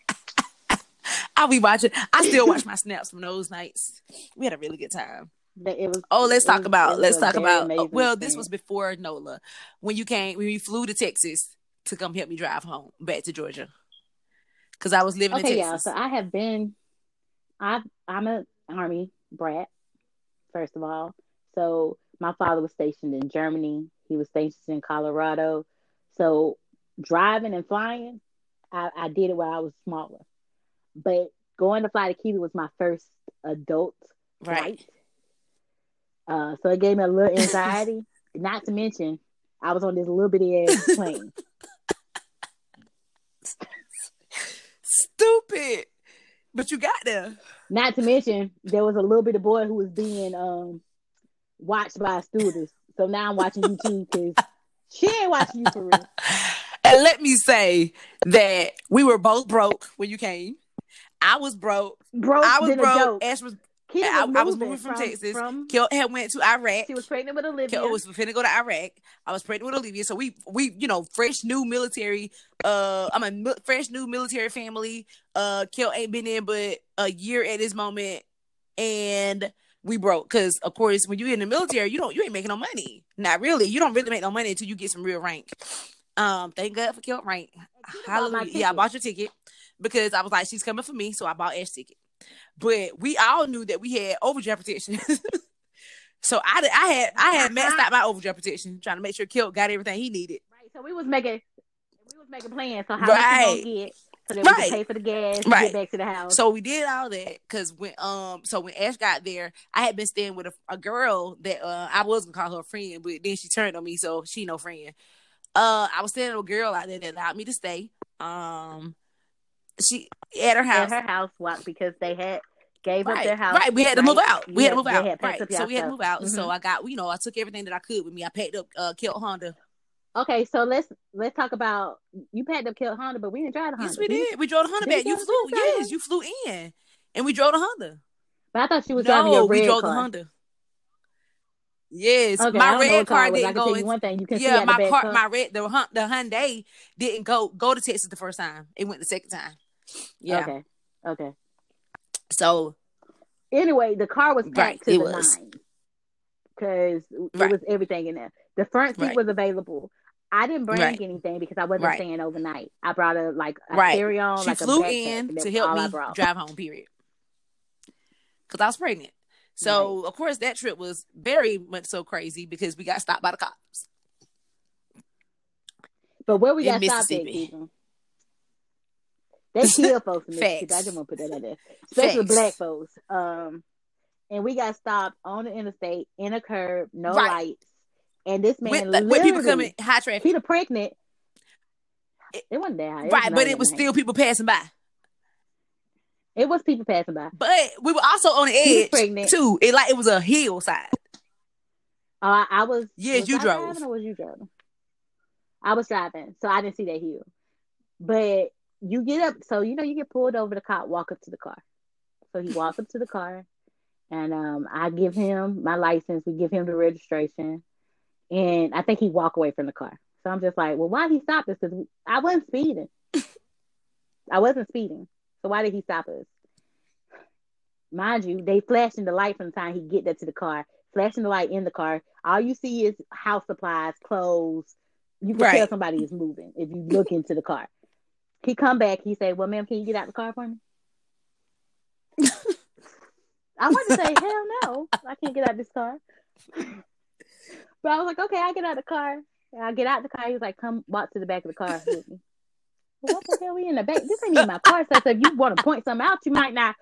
S1: I'll be watching. I still watch my snaps from those nights. We had a really good time.
S2: But it was.
S1: Oh, let's
S2: it
S1: talk
S2: was-
S1: about
S2: it
S1: let's
S2: was a
S1: talk
S2: very
S1: about. oh,
S2: amazing
S1: well, this was
S2: experience.
S1: before Nola, when you came, when you flew to Texas to come help me drive home back to Georgia, because I was living
S2: okay,
S1: in
S2: yeah.
S1: Texas.
S2: So I have been. I I'm an army brat. First of all, so my father was stationed in Germany. He was stationed in Colorado. So driving and flying, I, I did it while I was smaller. But going to fly to Cuba was my first adult
S1: right.
S2: flight. Uh, so it gave me a little anxiety. Not to mention, I was on this little bitty ass plane.
S1: Stupid, but you got there.
S2: Not to mention, there was a little bitty boy who was being um watched by a stewardess. So now I'm watching you too because she ain't watching you for real.
S1: And let me say that we were both broke when you came. I was broke.
S2: Broke
S1: I was
S2: than a
S1: broke.
S2: joke.
S1: Ash was
S2: Kitty
S1: I- I was moving from
S2: from
S1: Texas.
S2: from-
S1: Kel had went to Iraq.
S2: she was pregnant with Olivia.
S1: Kel was oh, finna go to Iraq. I was pregnant with Olivia, so we we you know fresh new military. Uh, I'm a mi- fresh new military family. Uh, Kel ain't been in but a year at this moment, and we broke because of course when you in the military you don't you ain't making no money. Not really. You don't really make no money until you get some real rank. Um, thank God for Kel rank.
S2: Kitty bought my
S1: Hallelujah. Yeah, I
S2: ticket.
S1: bought your ticket because I was like, she's coming for me. So I bought Ash's ticket. But we all knew that we had overdraft protection. so I, did, I had I had maxed out my overdraft protection, trying to make sure Kilt got everything he needed.
S2: Right. So we was making we was making plans. So how much
S1: Right.
S2: you gonna get so that we
S1: Right.
S2: can pay for the gas and
S1: Right.
S2: get back to the house.
S1: So we did all that because when um so when Ash got there, I had been staying with a, a girl that uh, I was gonna call her a friend, but then she turned on me, so she no friend. Uh, I was staying with a girl out there that allowed me to stay. Um, she at her house.
S2: at her house walk because they had gave up their house.
S1: Uh-huh. Right, we had to move
S2: right?
S1: out. We had to
S2: Yeah,
S1: move
S2: they
S1: out.
S2: had packed
S1: right,
S2: up
S1: so
S2: y'all
S1: we had to
S2: stuff.
S1: move out. So
S2: Mhm.
S1: I got, you know, I took everything that I could with me. I packed up, uh, killed Honda.
S2: Uh-huh. Okay, so let's let's talk about you packed up killed Honda, but we didn't drive the Honda.
S1: Yes, we did. We drove the Honda
S2: did we
S1: back. You
S2: drive the
S1: flew,
S2: Honda?
S1: yes, you flew in, and we drove the Honda.
S2: But I thought she was driving
S1: no,
S2: your red
S1: we drove
S2: car.
S1: the Honda. Yes,
S2: Okay, I
S1: my
S2: don't know
S1: red
S2: what car
S1: car
S2: it was. I
S1: didn't
S2: can
S1: go.
S2: tell you
S1: in-
S2: one thing. You can see
S1: yeah,
S2: out the
S1: my
S2: back
S1: car,
S2: cover.
S1: my red, the Hun- the Hyundai didn't go go to Texas the first time. It went the second time. Yeah,
S2: Okay, okay.
S1: so
S2: Anyway, the car was packed
S1: Right,
S2: to
S1: it
S2: the
S1: was.
S2: nine because it
S1: Right.
S2: was everything in there. The front seat
S1: Right.
S2: was available. I didn't bring
S1: Right.
S2: anything because I wasn't
S1: Right.
S2: staying overnight. I brought a like a
S1: Right.
S2: carry on,
S1: she
S2: like
S1: flew
S2: a backpack,
S1: in
S2: and that
S1: to
S2: was
S1: help
S2: all I
S1: me
S2: brought.
S1: drive home period because i was pregnant so of course that trip was very much so crazy because we got stopped by the cops
S2: But where we
S1: In
S2: got stopped at,
S1: Mississippi.
S2: Keegan? They kill folks in Mississippi.
S1: Facts.
S2: I just want to put that out there, especially
S1: Facts.
S2: black folks. Um, and we got stopped on the interstate in a curb, no
S1: Right.
S2: lights, and this man
S1: with,
S2: literally
S1: with people coming high traffic
S2: Peter pregnant.
S1: It-
S2: It wasn't that high.
S1: right but
S2: lower
S1: it was
S2: than
S1: still people passing by
S2: that. It was people passing by.
S1: but we were also on the
S2: She was
S1: edge
S2: pregnant.
S1: too it like it was a hillside
S2: Oh, I, I was.
S1: Yes,
S2: was
S1: you
S2: I
S1: drove.
S2: Driving or was you driving? I was driving, so I didn't see that hill. But you get up, so you know you get pulled over. The cop walk up to the car, so he walked up to the car, and um, I give him my license. We give him the registration, and I think he walk away from the car. So I'm just like, well, why he stop us? Because I wasn't speeding. I wasn't speeding. So why did he stop us? Mind you, they flashing the light from the time he get up to the car, flashing the light in the car. All you see is house supplies, clothes. You can tell
S1: Right.
S2: somebody is moving if you look into the car. He come back, he say, Well, ma'am, can you get out the car for me? I wanted to say, Hell no, I can't get out this car. but I was like, Okay, I get out the car. And I get out the car. He was like, Come walk to the back of the car with me. Well, What the hell? We in the back. This ain't even my car. So, so if you want to point something out, you might not.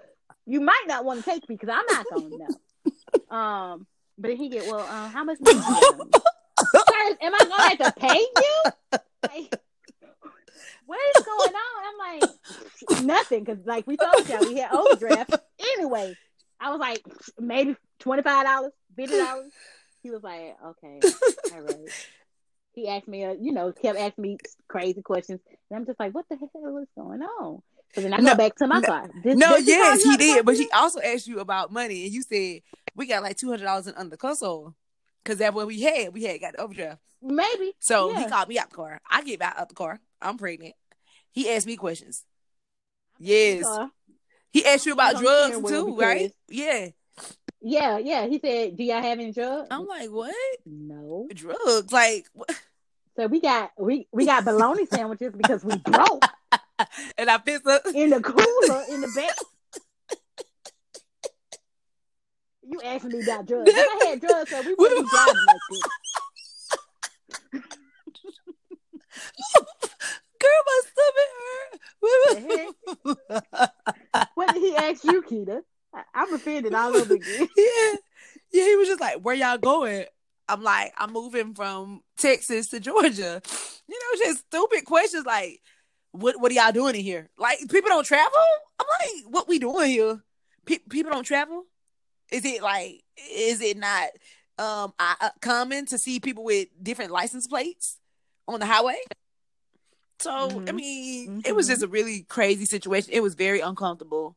S2: You might not want to take me because I'm not going to know. Um, but he get well. Uh, how much? Money you got on you? Sir, am I going to have to pay you? Like, what is going on? I'm like nothing because like we told y'all we had overdraft anyway. I was like maybe twenty five dollars, fifty dollars. He was like, okay, all right. He asked me, uh, you know, kept asking me crazy questions, and I'm just like, what the hell is going on? So then I
S1: No,
S2: go back to my
S1: no,
S2: car. This-
S1: no
S2: this is how
S1: yes
S2: you
S1: he
S2: ought to
S1: did
S2: talk
S1: but
S2: to
S1: he
S2: me?
S1: also asked you about money and you said we got like $200 in under the console because that's what we had we had got the overdraft
S2: maybe.
S1: So he
S2: Yeah.
S1: called me out the car. I get out of the car. I'm pregnant. He asked me questions. Yes.
S2: Car.
S1: He asked you about
S2: He's on the
S1: drugs
S2: steering
S1: too,
S2: wheel
S1: right?
S2: because-
S1: Yeah.
S2: Yeah, yeah. He said, "Do y'all have any drugs?"
S1: I'm like, what?
S2: no.
S1: Drugs? Like, what?
S2: So we got we we got bologna sandwiches because we broke
S1: and I pissed up.
S2: in the cooler in the back. You asked me about drugs. If I had drugs, so we wouldn't be driving like this.
S1: Girl, my stomach hurt.
S2: What did he ask you, Keita? I, I'm offended all over again.
S1: yeah. Yeah. He was just like, where y'all going? I'm like, I'm moving from Texas to Georgia. You know, just stupid questions like, what what are y'all doing in here? Like, people don't travel? I'm like, what we doing here? Pe- people don't travel? Is it like, is it not um I, uh, common to see people with different license plates on the highway? So, I
S2: Mhm.
S1: mean, it was
S2: Mhm.
S1: just a really crazy situation. It was very uncomfortable.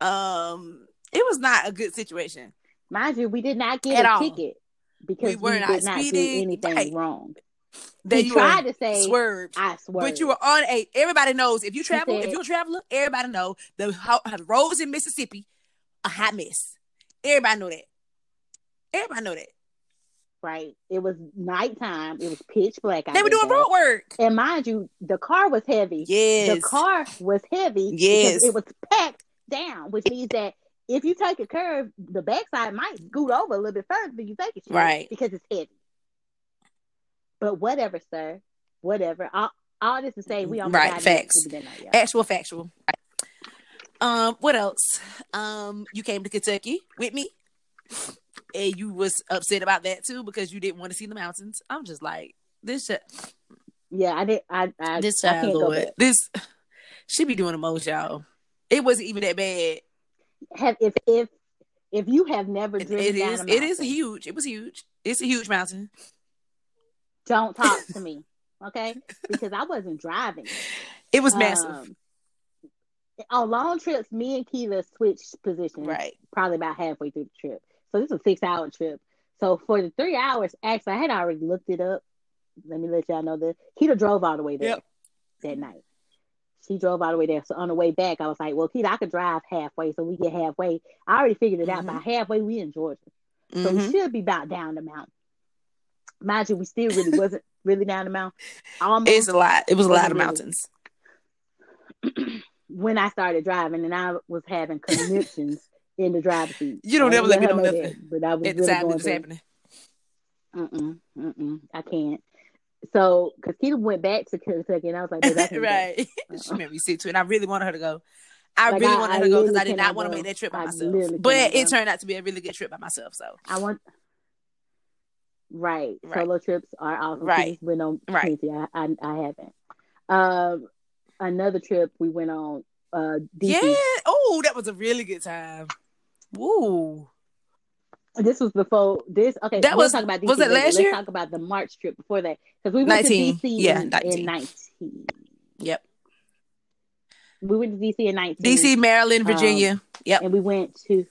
S1: Um, It was not a good situation.
S2: Mind you, we did not get
S1: At
S2: a
S1: all.
S2: ticket
S1: We
S2: because we,
S1: were not
S2: did not
S1: speeding,
S2: do anything
S1: right.
S2: wrong.
S1: That
S2: he
S1: you
S2: tried to
S1: were
S2: say,
S1: swerved.
S2: "I swear,"
S1: But you were on a. Everybody knows if you travel, if
S2: said-
S1: you're a traveler, everybody know the, how, how the roads in Mississippi a hot mess. Everybody know that. Everybody know that
S2: right. It was nighttime. It was pitch black. out
S1: they were
S2: there,
S1: doing
S2: guys.
S1: road work.
S2: And mind you, the car was heavy.
S1: Yes,
S2: The car was heavy. because
S1: Yes.
S2: it was packed down, which means that if you take a curve, the backside might scoot over a little bit further than you think it should,
S1: Right.
S2: Because it's heavy. But whatever, sir. Whatever. All, all this to say, we almost
S1: Right,
S2: died in
S1: facts. Eh.
S2: Mississippi, didn't I, y'all?
S1: actual factual. Um, what else? Um, you came to Kentucky with me, and you was upset about that too because you didn't want to see the mountains. I'm just like this. Shit,
S2: Yeah, I did. I, I
S1: this
S2: I
S1: child,
S2: can't go
S1: Lord,
S2: back.
S1: this she be doing the most, y'all. It wasn't even that bad.
S2: Have if if if you have never
S1: It-
S2: driven
S1: it
S2: down
S1: is.
S2: a
S1: It is
S2: mountain,
S1: huge. It was huge. It's a huge mountain.
S2: don't talk to me, okay? Because I wasn't driving.
S1: It was massive.
S2: Um, on long trips, me and Keela switched positions
S1: Right.
S2: probably about halfway through the trip. So this is a six hour trip. So for the three hours, actually, I had already looked it up. Let me let y'all know that Keita drove all the way there
S1: Yep.
S2: that night. She drove all the way there. So on the way back, I was like, "Well, Keita, I could drive halfway, so we get halfway." I already figured it out.
S1: Mhm.
S2: By halfway, we in Georgia, so
S1: Mhm.
S2: we should be about down the mountain. Mind you, we still really wasn't really down the mountain. Almost
S1: It's a lot. It was a lot of
S2: Really.
S1: mountains.
S2: when I started driving, and I was having conniptions in the driver's seat.
S1: You don't
S2: I
S1: ever let me
S2: her
S1: know
S2: that,
S1: nothing
S2: but I was
S1: At the
S2: really
S1: time it
S2: going
S1: was
S2: through it.
S1: happening.
S2: Mm-mm, mm-mm, I can't. So, because Keita went back to Kentucky, and I was like, "Babe, I can't go."
S1: right. she
S2: Uh-uh.
S1: made me sit to it. And I really wanted her to go. I
S2: Like,
S1: really
S2: I-
S1: wanted
S2: I
S1: her to go because I
S2: literally
S1: did not
S2: cannot
S1: want to
S2: go.
S1: make that trip by
S2: I
S1: myself.
S2: literally
S1: But
S2: cannot
S1: it
S2: go.
S1: turned out to be a really good trip by myself. So
S2: I want. Right.
S1: Right.
S2: Solo trips are awesome.
S1: Right.
S2: We just went on
S1: Right.
S2: plenty. I, I, I haven't. Um, another trip we went on. Uh, DC.
S1: yeah. Oh, that was a really good time. Woo.
S2: This was before this. Okay,
S1: That
S2: we'll
S1: was-
S2: talk about DC
S1: was it
S2: later.
S1: last
S2: Let's
S1: year?
S2: talk about the March trip before that because we went
S1: 19.
S2: to DC
S1: Yeah,
S2: in,
S1: 19.
S2: in nineteen.
S1: Yep.
S2: We went to DC in nineteen.
S1: DC, Maryland,
S2: Um,
S1: Virginia.
S2: and we went to.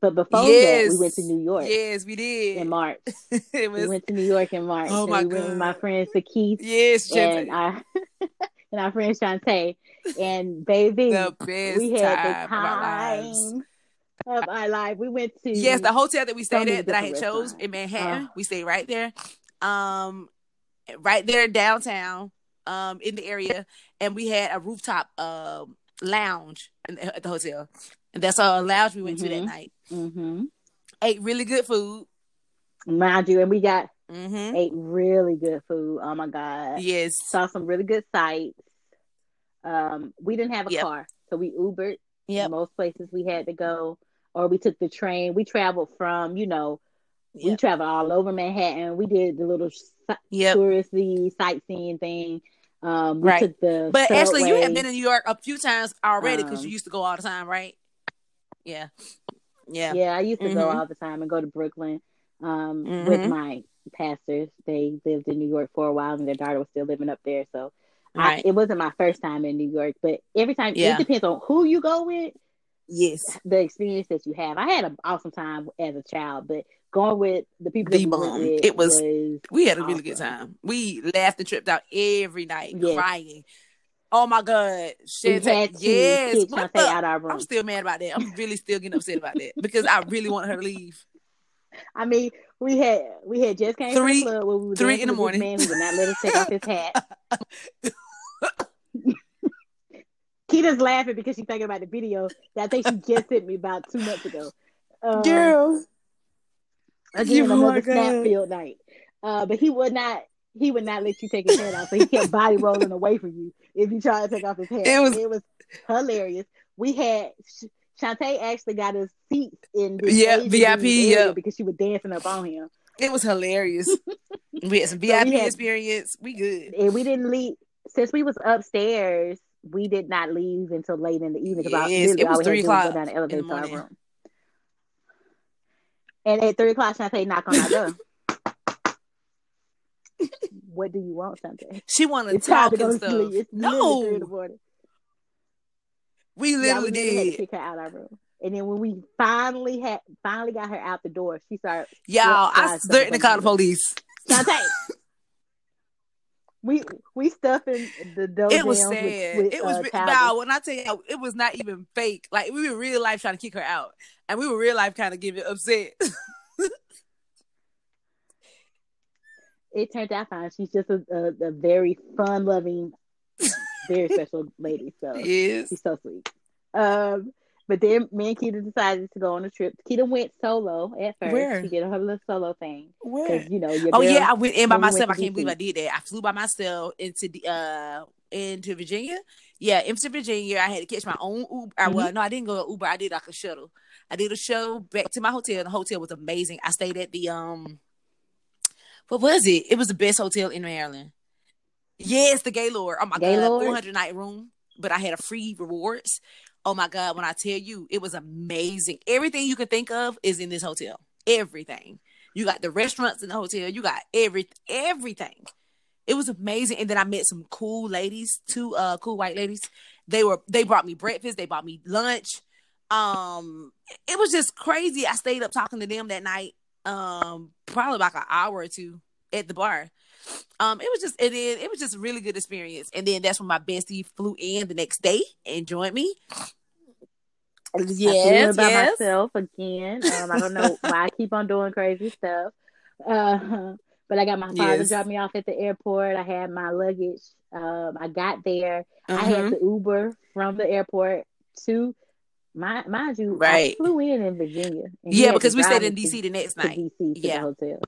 S2: But before
S1: yes.
S2: that, we went to New York
S1: Yes, we
S2: in
S1: did.
S2: March.
S1: it
S2: We
S1: was.
S2: went to New York in March.
S1: Oh
S2: and
S1: my
S2: we went with my
S1: God.
S2: friends to Keith
S1: yes,
S2: and
S1: Jennifer.
S2: our and our friend Shantae. And baby,
S1: the best
S2: we had
S1: time,
S2: the
S1: of our lives.
S2: time of our life. We went to
S1: Yes, the hotel that we
S2: so
S1: stayed
S2: many
S1: at that I had
S2: different
S1: chose
S2: restaurants.
S1: in Manhattan,
S2: Uh.
S1: we stayed right there, um, right there downtown, um, in the area, and we had a rooftop um lounge in the, at the hotel, and that's a lounge we went to that
S2: Mhm.
S1: night.
S2: hmm
S1: Ate really good food.
S2: mind you, and we got
S1: Mm-hmm.
S2: ate really good food. Oh my god,
S1: Yes,
S2: saw some really good sights. Um, we didn't have a
S1: Yep.
S2: car, so we Ubered.
S1: Yep.
S2: most places we had to go, or we took the train. We traveled from, you know, we
S1: Yep.
S2: traveled all over Manhattan. We did the little si-
S1: yep.
S2: touristy sightseeing thing. Um, we
S1: Right.
S2: took the
S1: But actually, you had
S2: subway.
S1: been in New York a few times already because
S2: Um,
S1: you used to go all the time, right? Yeah, yeah.
S2: Yeah, I used to go
S1: Mhm.
S2: all the time and go to Brooklyn um,
S1: Mhm.
S2: with my pastors. They lived in New York for a while, and their daughter was still living up there. So I,
S1: Right.
S2: it wasn't my first time in New York, but every time
S1: Yeah.
S2: it depends on who you go with,
S1: yes.
S2: the experience that you have. I had an awesome time as a child, but going with the people that
S1: The
S2: we
S1: bomb.
S2: went with,
S1: It was- We had a really good
S2: Awesome.
S1: time. We laughed and tripped out every night,
S2: Yes.
S1: crying. Oh my god,
S2: we
S1: Shanta,
S2: had to
S1: yes.
S2: kick
S1: What
S2: Shantae
S1: the-
S2: out our room.
S1: I'm still mad about that. I'm really still getting upset about that because I really want her to leave.
S2: I mean, we had we had just came from
S1: Three-
S2: the club where we were
S1: three in
S2: dancing
S1: the
S2: with
S1: morning.
S2: this Man who would not let us take off his hat. Keita's laughing because she's thinking about the video that I think she just sent me about two months ago. Um,
S1: Girl,
S2: again,
S1: oh my
S2: another
S1: God.
S2: snap field night. Uh, but he would not. He would not let you take his hat off, so he kept body rolling away from you if you tried to take off his hat.
S1: It was-
S2: hilarious. We had Sh- Shantae actually got us seats in this
S1: Yeah,
S2: Asian
S1: VIP,
S2: dude's area
S1: yeah.
S2: because she was dancing up on him.
S1: it was hilarious. we had some VIP
S2: had-
S1: experience. We good.
S2: and we didn't leave since we was upstairs. We did not leave until late in the evening because
S1: Yes, it was
S2: all
S1: three
S2: we had to do was go
S1: o'clock
S2: down the
S1: in
S2: elevator
S1: the
S2: to our
S1: morning.
S2: room. And at three o'clock, Shantae knock on our door. what do you want, Shantae?
S1: She wanted to
S2: It's time
S1: talk
S2: to go
S1: and
S2: to
S1: stuff.
S2: sleep. It's literally three in the
S1: No,
S2: morning.
S1: we
S2: Yeah, we
S1: literally
S2: literally had to
S1: did.
S2: kick her out of our room. And then when we finally had finally got her out the door, she started
S1: Y'all, I
S2: Guys,
S1: certainly called the police.
S2: Shantae. we we stuffing the dough.
S1: It was
S2: down with-
S1: sad.
S2: with,
S1: it was
S2: uh,
S1: re-
S2: towels.
S1: no. When I tell you, it was not even fake. Like we were real life trying to kick her out, and we were real life kind of getting upset.
S2: Uh, It turned out fine. She's just a, a, a very fun loving, very special lady. So
S1: yes.
S2: she's so sweet. Um, but then me and Keita decided to go on a trip. Keita went solo at first.
S1: Where?
S2: She did her little solo thing
S1: Where?
S2: because you know your
S1: Oh
S2: girl-
S1: yeah, I went in by
S2: when we went
S1: myself.
S2: to
S1: I can't believe
S2: DC.
S1: I did that. I flew by myself into the uh into Virginia. Yeah, into Virginia. I had to catch my own Uber.
S2: Mm-hmm.
S1: I- Well, no, I didn't go to Uber. I did like a shuttle. I did a shuttle back to my hotel. The hotel was amazing. I stayed at the um, what was it? It was the best hotel in Maryland. Yes, the Gaylord. Oh my
S2: Gaylord?
S1: god, four hundred night room. But I had a free rewards. Oh my god, when I tell you, it was amazing. Everything you can think of is in this hotel. Everything. You got the restaurants in the hotel. You got every everything. It was amazing. And then I met some cool ladies, two uh cool white ladies. They were they brought me breakfast, they brought me lunch. Um it was just crazy. I stayed up talking to them that night, um, probably like an hour or two at the bar. Um, it was just it is it was just a really good experience. And then that's when my bestie flew in the next day and joined me.
S2: I flew
S1: Yes,
S2: in by
S1: yes.
S2: myself again. Um, I don't know why I keep on doing crazy stuff. Uh, but I got my father
S1: Yes.
S2: drop me off at the airport. I had my luggage. Um, I got there. I
S1: Mhm.
S2: had the Uber from the airport to my mind you.
S1: Right.
S2: I flew in in Virginia. and he
S1: Yeah,
S2: had to
S1: because we
S2: drive
S1: stayed in
S2: me
S1: DC the next
S2: to, to
S1: night.
S2: DC to
S1: Yeah.
S2: the hotel.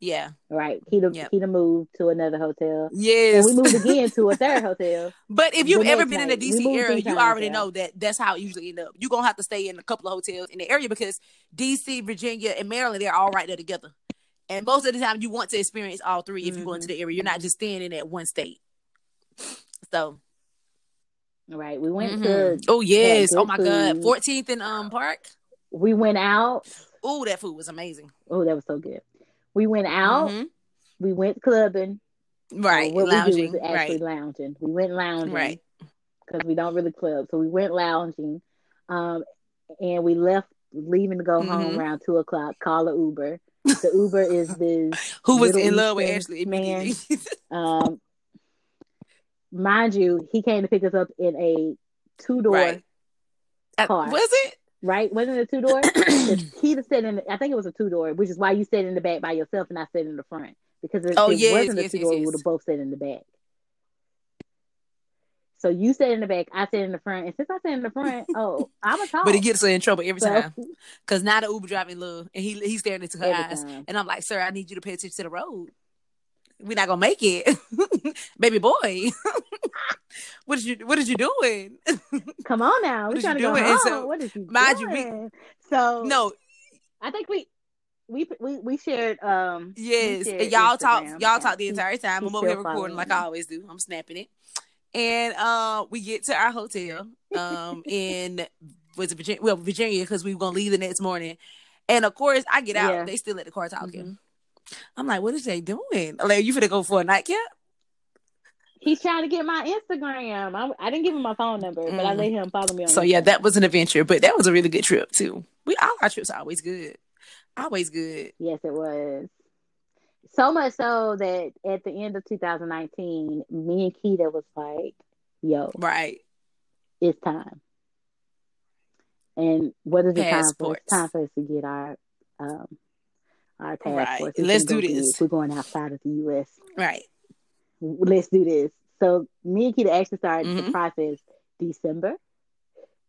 S1: Yeah.
S2: Right. Kita
S1: Yep.
S2: Kita moved to another hotel.
S1: Yes.
S2: And we moved again to a third hotel.
S1: But if you've
S2: the
S1: ever
S2: next
S1: been in
S2: night.
S1: the
S2: We
S1: DC
S2: moved
S1: area,
S2: three
S1: you
S2: times,
S1: already
S2: yeah.
S1: know that that's how it usually end up. You're gonna have to stay in a couple of hotels in the area because DC, Virginia, and Maryland, they're all right there together. And most of the time you want to experience all three if you go into
S2: Mhm.
S1: the area. You're not just staying in that one state. So
S2: Right. We
S1: mhm.
S2: went to
S1: Oh yes.
S2: good
S1: Oh my god.
S2: food.
S1: Fourteenth and um park.
S2: we went out.
S1: Oh, that food was amazing.
S2: Oh, that was so good. We went out.
S1: Mhm.
S2: We went clubbing. Well,
S1: Right.
S2: what we
S1: Lounging.
S2: do is actually
S1: Right.
S2: lounging. We went lounging
S1: Right.
S2: because we don't really club. So we went lounging, um, and we left leaving to go home
S1: Mhm.
S2: around two o'clock. Call an Uber. The Uber is this
S1: Who was
S2: Middle
S1: in love with
S2: Eastern
S1: Ashley
S2: man.
S1: immediately?
S2: um, mind you, he came to pick us up in a two door.
S1: right.
S2: Right.
S1: Uh,
S2: car.
S1: Was it?
S2: Wasn't it a two door? Keita sat in. The, I think it was a two door, which is why you sat in the back by yourself and I sat in the front. Because if
S1: Oh,
S2: it
S1: yes,
S2: wasn't a
S1: yes,
S2: two
S1: yes,
S2: door, we
S1: yes.
S2: would have both sat in the back. So you sat in the back, I sat in the front, and since I sat in the front, oh, I'm a talk.
S1: But he gets her in trouble every
S2: So,
S1: time. Cause now the Uber driving love and he he's staring into her
S2: every
S1: eyes.
S2: time.
S1: And I'm like, sir, I need you to pay attention to the road. We're not gonna make it. Baby boy. what is you what is you doing?
S2: Come on now,
S1: What
S2: we're
S1: is you
S2: trying to go
S1: doing? And
S2: home.
S1: so,
S2: what is you
S1: mind you,
S2: doing?
S1: we-
S2: so
S1: no,
S2: I think we we we we shared um we
S1: yes.
S2: shared
S1: And y'all talk
S2: Instagram
S1: y'all
S2: account.
S1: talk the
S2: He-
S1: entire time.
S2: he's
S1: I'm over here
S2: still
S1: recording
S2: following
S1: like
S2: me.
S1: I always do. I'm snapping it. And uh we get to our hotel um in was it Virginia well Virginia because we were gonna leave the next morning. And of course I get out,
S2: Yeah.
S1: they still at the car talking.
S2: Mhm.
S1: I'm like, what is they doing? Like, you finna go for a nightcap?
S2: He's trying to get my Instagram. I, I didn't give him my phone number, but I
S1: Mm.
S2: let him follow me on.
S1: So yeah,
S2: Instagram.
S1: that was an adventure, but that was a really good trip too. We all our trips are always good, always good.
S2: Yes, it was. So much so that at the end of 2019, me and Keita was like, "Yo,
S1: Right?
S2: it's time." And what is the time for?
S1: Passports.
S2: It's time for us to get our um our
S1: Right.
S2: passports. We
S1: Let's
S2: finna go
S1: do
S2: get it.
S1: this.
S2: We're going outside of the U.S.
S1: Right?
S2: Let's do this. So me and Keita actually started
S1: Mhm.
S2: the process December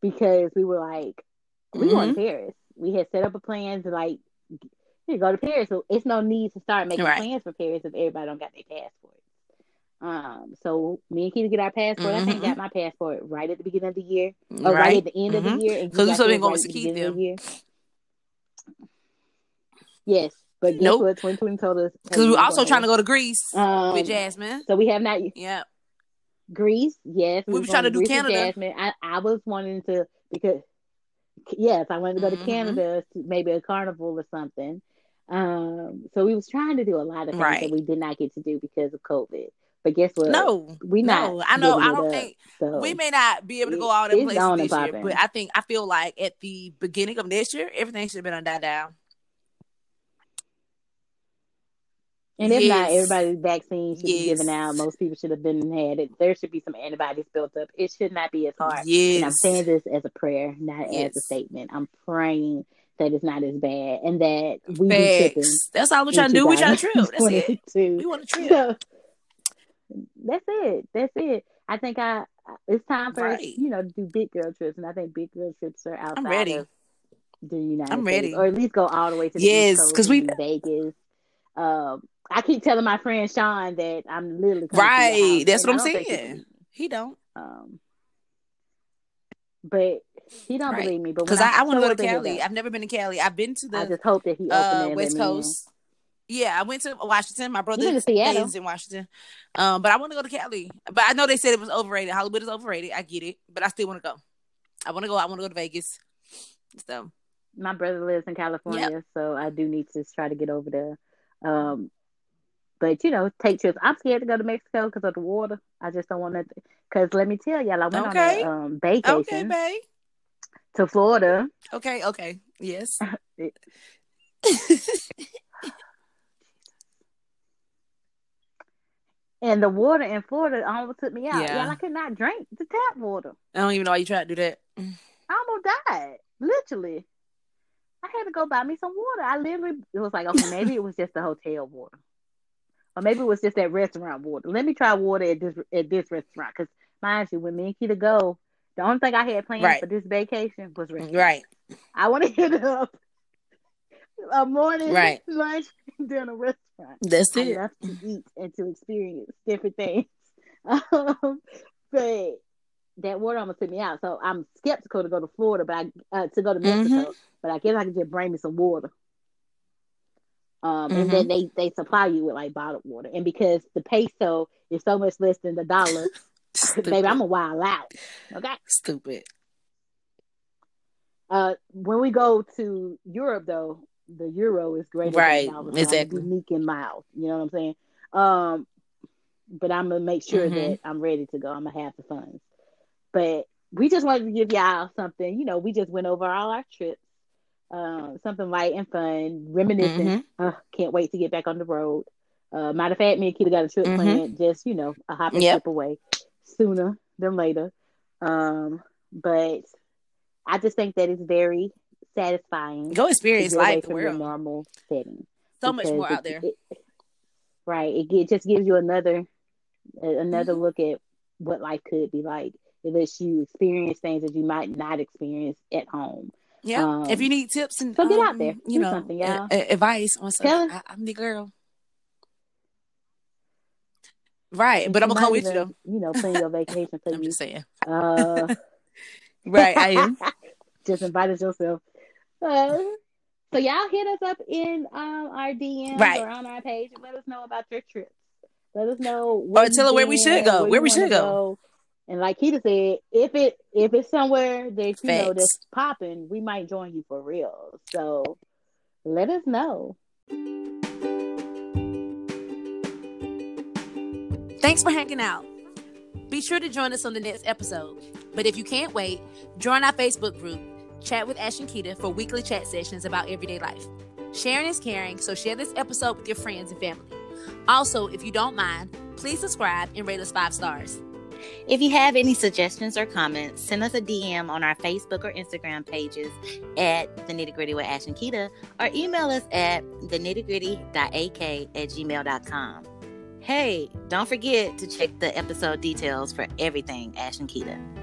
S2: because we were like, we
S1: Mm-hmm.
S2: going to Paris. We had set up a plan to like we go to Paris, so it's no need to start making
S1: Right.
S2: plans for Paris if everybody don't got their passports. Um, so me and Keita get our passport. I think
S1: Mhm.
S2: got my passport right at the beginning of the year,
S1: Mhm.
S2: or Oh, right,
S1: Right?
S2: at the end of
S1: Mhm.
S2: the year, and you
S1: 'Cause we
S2: got
S1: still
S2: yours
S1: ain't going
S2: right
S1: with the
S2: at the
S1: kids
S2: beginning of the year. Yes, but guess
S1: Nope.
S2: what? Twenty twenty told us
S1: Because we are also trying to go to Greece
S2: Um,
S1: with Jasmine.
S2: so we have not
S1: Yeah.
S2: Greece, yes.
S1: We
S2: was
S1: was trying to do
S2: going Greece with
S1: Canada.
S2: Jasmine. I, I was wanting to because yes, I wanted to go to
S1: Mhm.
S2: Canada, to maybe a carnival or something. Um, so we was trying to do a lot of things
S1: Right.
S2: that we did not get to do because of COVID. But guess what?
S1: no,
S2: we not.
S1: no. I know.
S2: giving
S1: I
S2: it
S1: don't
S2: up,
S1: think
S2: so.
S1: we may not be able to go all
S2: It-
S1: the
S2: it's on
S1: places
S2: and
S1: this year,
S2: popping.
S1: but I think I feel like at the beginning of next year, everything should have been on die down.
S2: And if not,
S1: Yes.
S2: everybody's vaccine should be given
S1: Yes.
S2: out. Most people should have been had it. There should be some antibodies built up. It should not be as hard. And I'm
S1: Yes,
S2: saying this as a prayer, not as a
S1: Yes.
S2: statement. I'm praying that it's not as bad and that we be tripping.
S1: facts. That's all we're trying to do. We trying to trip. That's it.
S2: 2022.
S1: We want to trip.
S2: So that's it. That's it. I think I it's time for us,
S1: Right.
S2: you know to do big girl trips, and I think big girl trips are outside
S1: I'm ready.
S2: of the United
S1: I'm ready.
S2: States, or at least go all the way to the
S1: Yes, 'cause
S2: because
S1: we-
S2: Vegas. Um, I keep telling my friend Sean that I'm literally coming to your
S1: Right.
S2: house,
S1: That's
S2: and
S1: what
S2: I
S1: I'm
S2: don't think he
S1: saying.
S2: believes me.
S1: He don't.
S2: Um, but he don't
S1: Right.
S2: believe me. But
S1: Because
S2: because
S1: I, I want to go to Cali. I've never been to Cali. I've been to
S2: I
S1: the
S2: just hope that he opened
S1: uh,
S2: it
S1: West Coast. Yeah, I went to Washington. My brother
S2: been to
S1: lives
S2: Seattle.
S1: in Washington, um, but I want to go to Cali. But I know they said it was overrated. Hollywood is overrated. I get it, but I still want to go. I want to go. I want to go to Vegas. So
S2: my brother lives in California, so I do need to try to get over there. Um, but you know, take trips. I'm scared to go to Mexico because of the water. I just don't want to. Because let me tell y'all, I went
S1: Okay.
S2: on a um, vacation
S1: okay, babe.
S2: to Florida.
S1: Okay, okay. Yes.
S2: It- And the water in Florida almost took me out.
S1: Yeah.
S2: Y'all, I could not drink the tap water.
S1: I don't even know why you tried to do that.
S2: I almost died, literally. I had to go buy me some water. I literally it was like, okay, maybe it was just the hotel water, or maybe it was just that restaurant water. Let me try water at this at this restaurant because mind you, when me and Keita go, the only thing I had planned
S1: Right.
S2: for this vacation was restaurant.
S1: Right.
S2: I want to hit up a morning,
S1: Right.
S2: lunch, and dinner restaurant.
S1: That's
S2: I
S1: it.
S2: love to eat and to experience different things. Um, but that word almost took me out. So I'm skeptical to go to Florida, but I uh, to go to Mexico. But I guess I can just bring me some water. Um, and then they they supply you with like bottled water, and because the peso is so much less than the dollar,
S1: Stupid.
S2: baby, I'm a wild out. Okay.
S1: Stupid.
S2: Uh, when we go to Europe, though, the euro is greater
S1: Right,
S2: than the dollar.
S1: exactly.
S2: I'm unique in miles. You know what I'm saying? Um, but I'm gonna make sure
S1: Mhm.
S2: that I'm ready to go. I'm gonna have the funds. But we just wanted to give y'all something. You know, we just went over all our trips. Um, something light and fun, reminiscent.
S1: Mhm.
S2: Ugh, can't wait to get back on the road. Uh, matter of fact, me and Keita got a trip
S1: Mhm.
S2: planned, just you know, a hop and
S1: Yep.
S2: skip away sooner than later. Um, but I just think that it's very satisfying
S1: Go
S2: to
S1: experience
S2: get away
S1: life the
S2: from your
S1: world.
S2: normal setting.
S1: So much
S2: because
S1: more
S2: it-
S1: out there.
S2: it- right? It, gi- just gives you another a- another
S1: Mhm.
S2: look at what life could be like. It lets you experience things that you might not experience at home.
S1: Yeah. if
S2: Um,
S1: you need tips and um,
S2: so get out there.
S1: you
S2: Do
S1: know,
S2: something, y'all.
S1: a- a- advice on
S2: Tell
S1: something, I, I'm the girl. Right, but I'm gonna come with you though.
S2: You know, plan your vacation for
S1: I'm
S2: you.
S1: just saying.
S2: Uh,
S1: Right, I am.
S2: just invited yourself. Uh, so y'all hit us up in um, our DMs
S1: Right.
S2: or on our page and let us know about your trips. Let us know
S1: Or Oh, tell us where we should go, where we should go.
S2: And like Keita said, if it if it's somewhere that you know
S1: Facts.
S2: that's popping, we might join you for real. So let us know.
S1: Thanks for hanging out. Be sure to join us on the next episode. But if you can't wait, join our Facebook group, Chat with Ash and Kita for weekly chat sessions about everyday life. Sharing is caring, so share this episode with your friends and family. Also, if you don't mind, please subscribe and rate us five stars.
S3: If you have any suggestions or comments, send us a DM on our Facebook or Instagram pages at The Nitty Gritty with Ash and Kita or email us at the nitty gritty.ak at gmail.com. Hey, don't forget to check the episode details for everything Ash and Kita.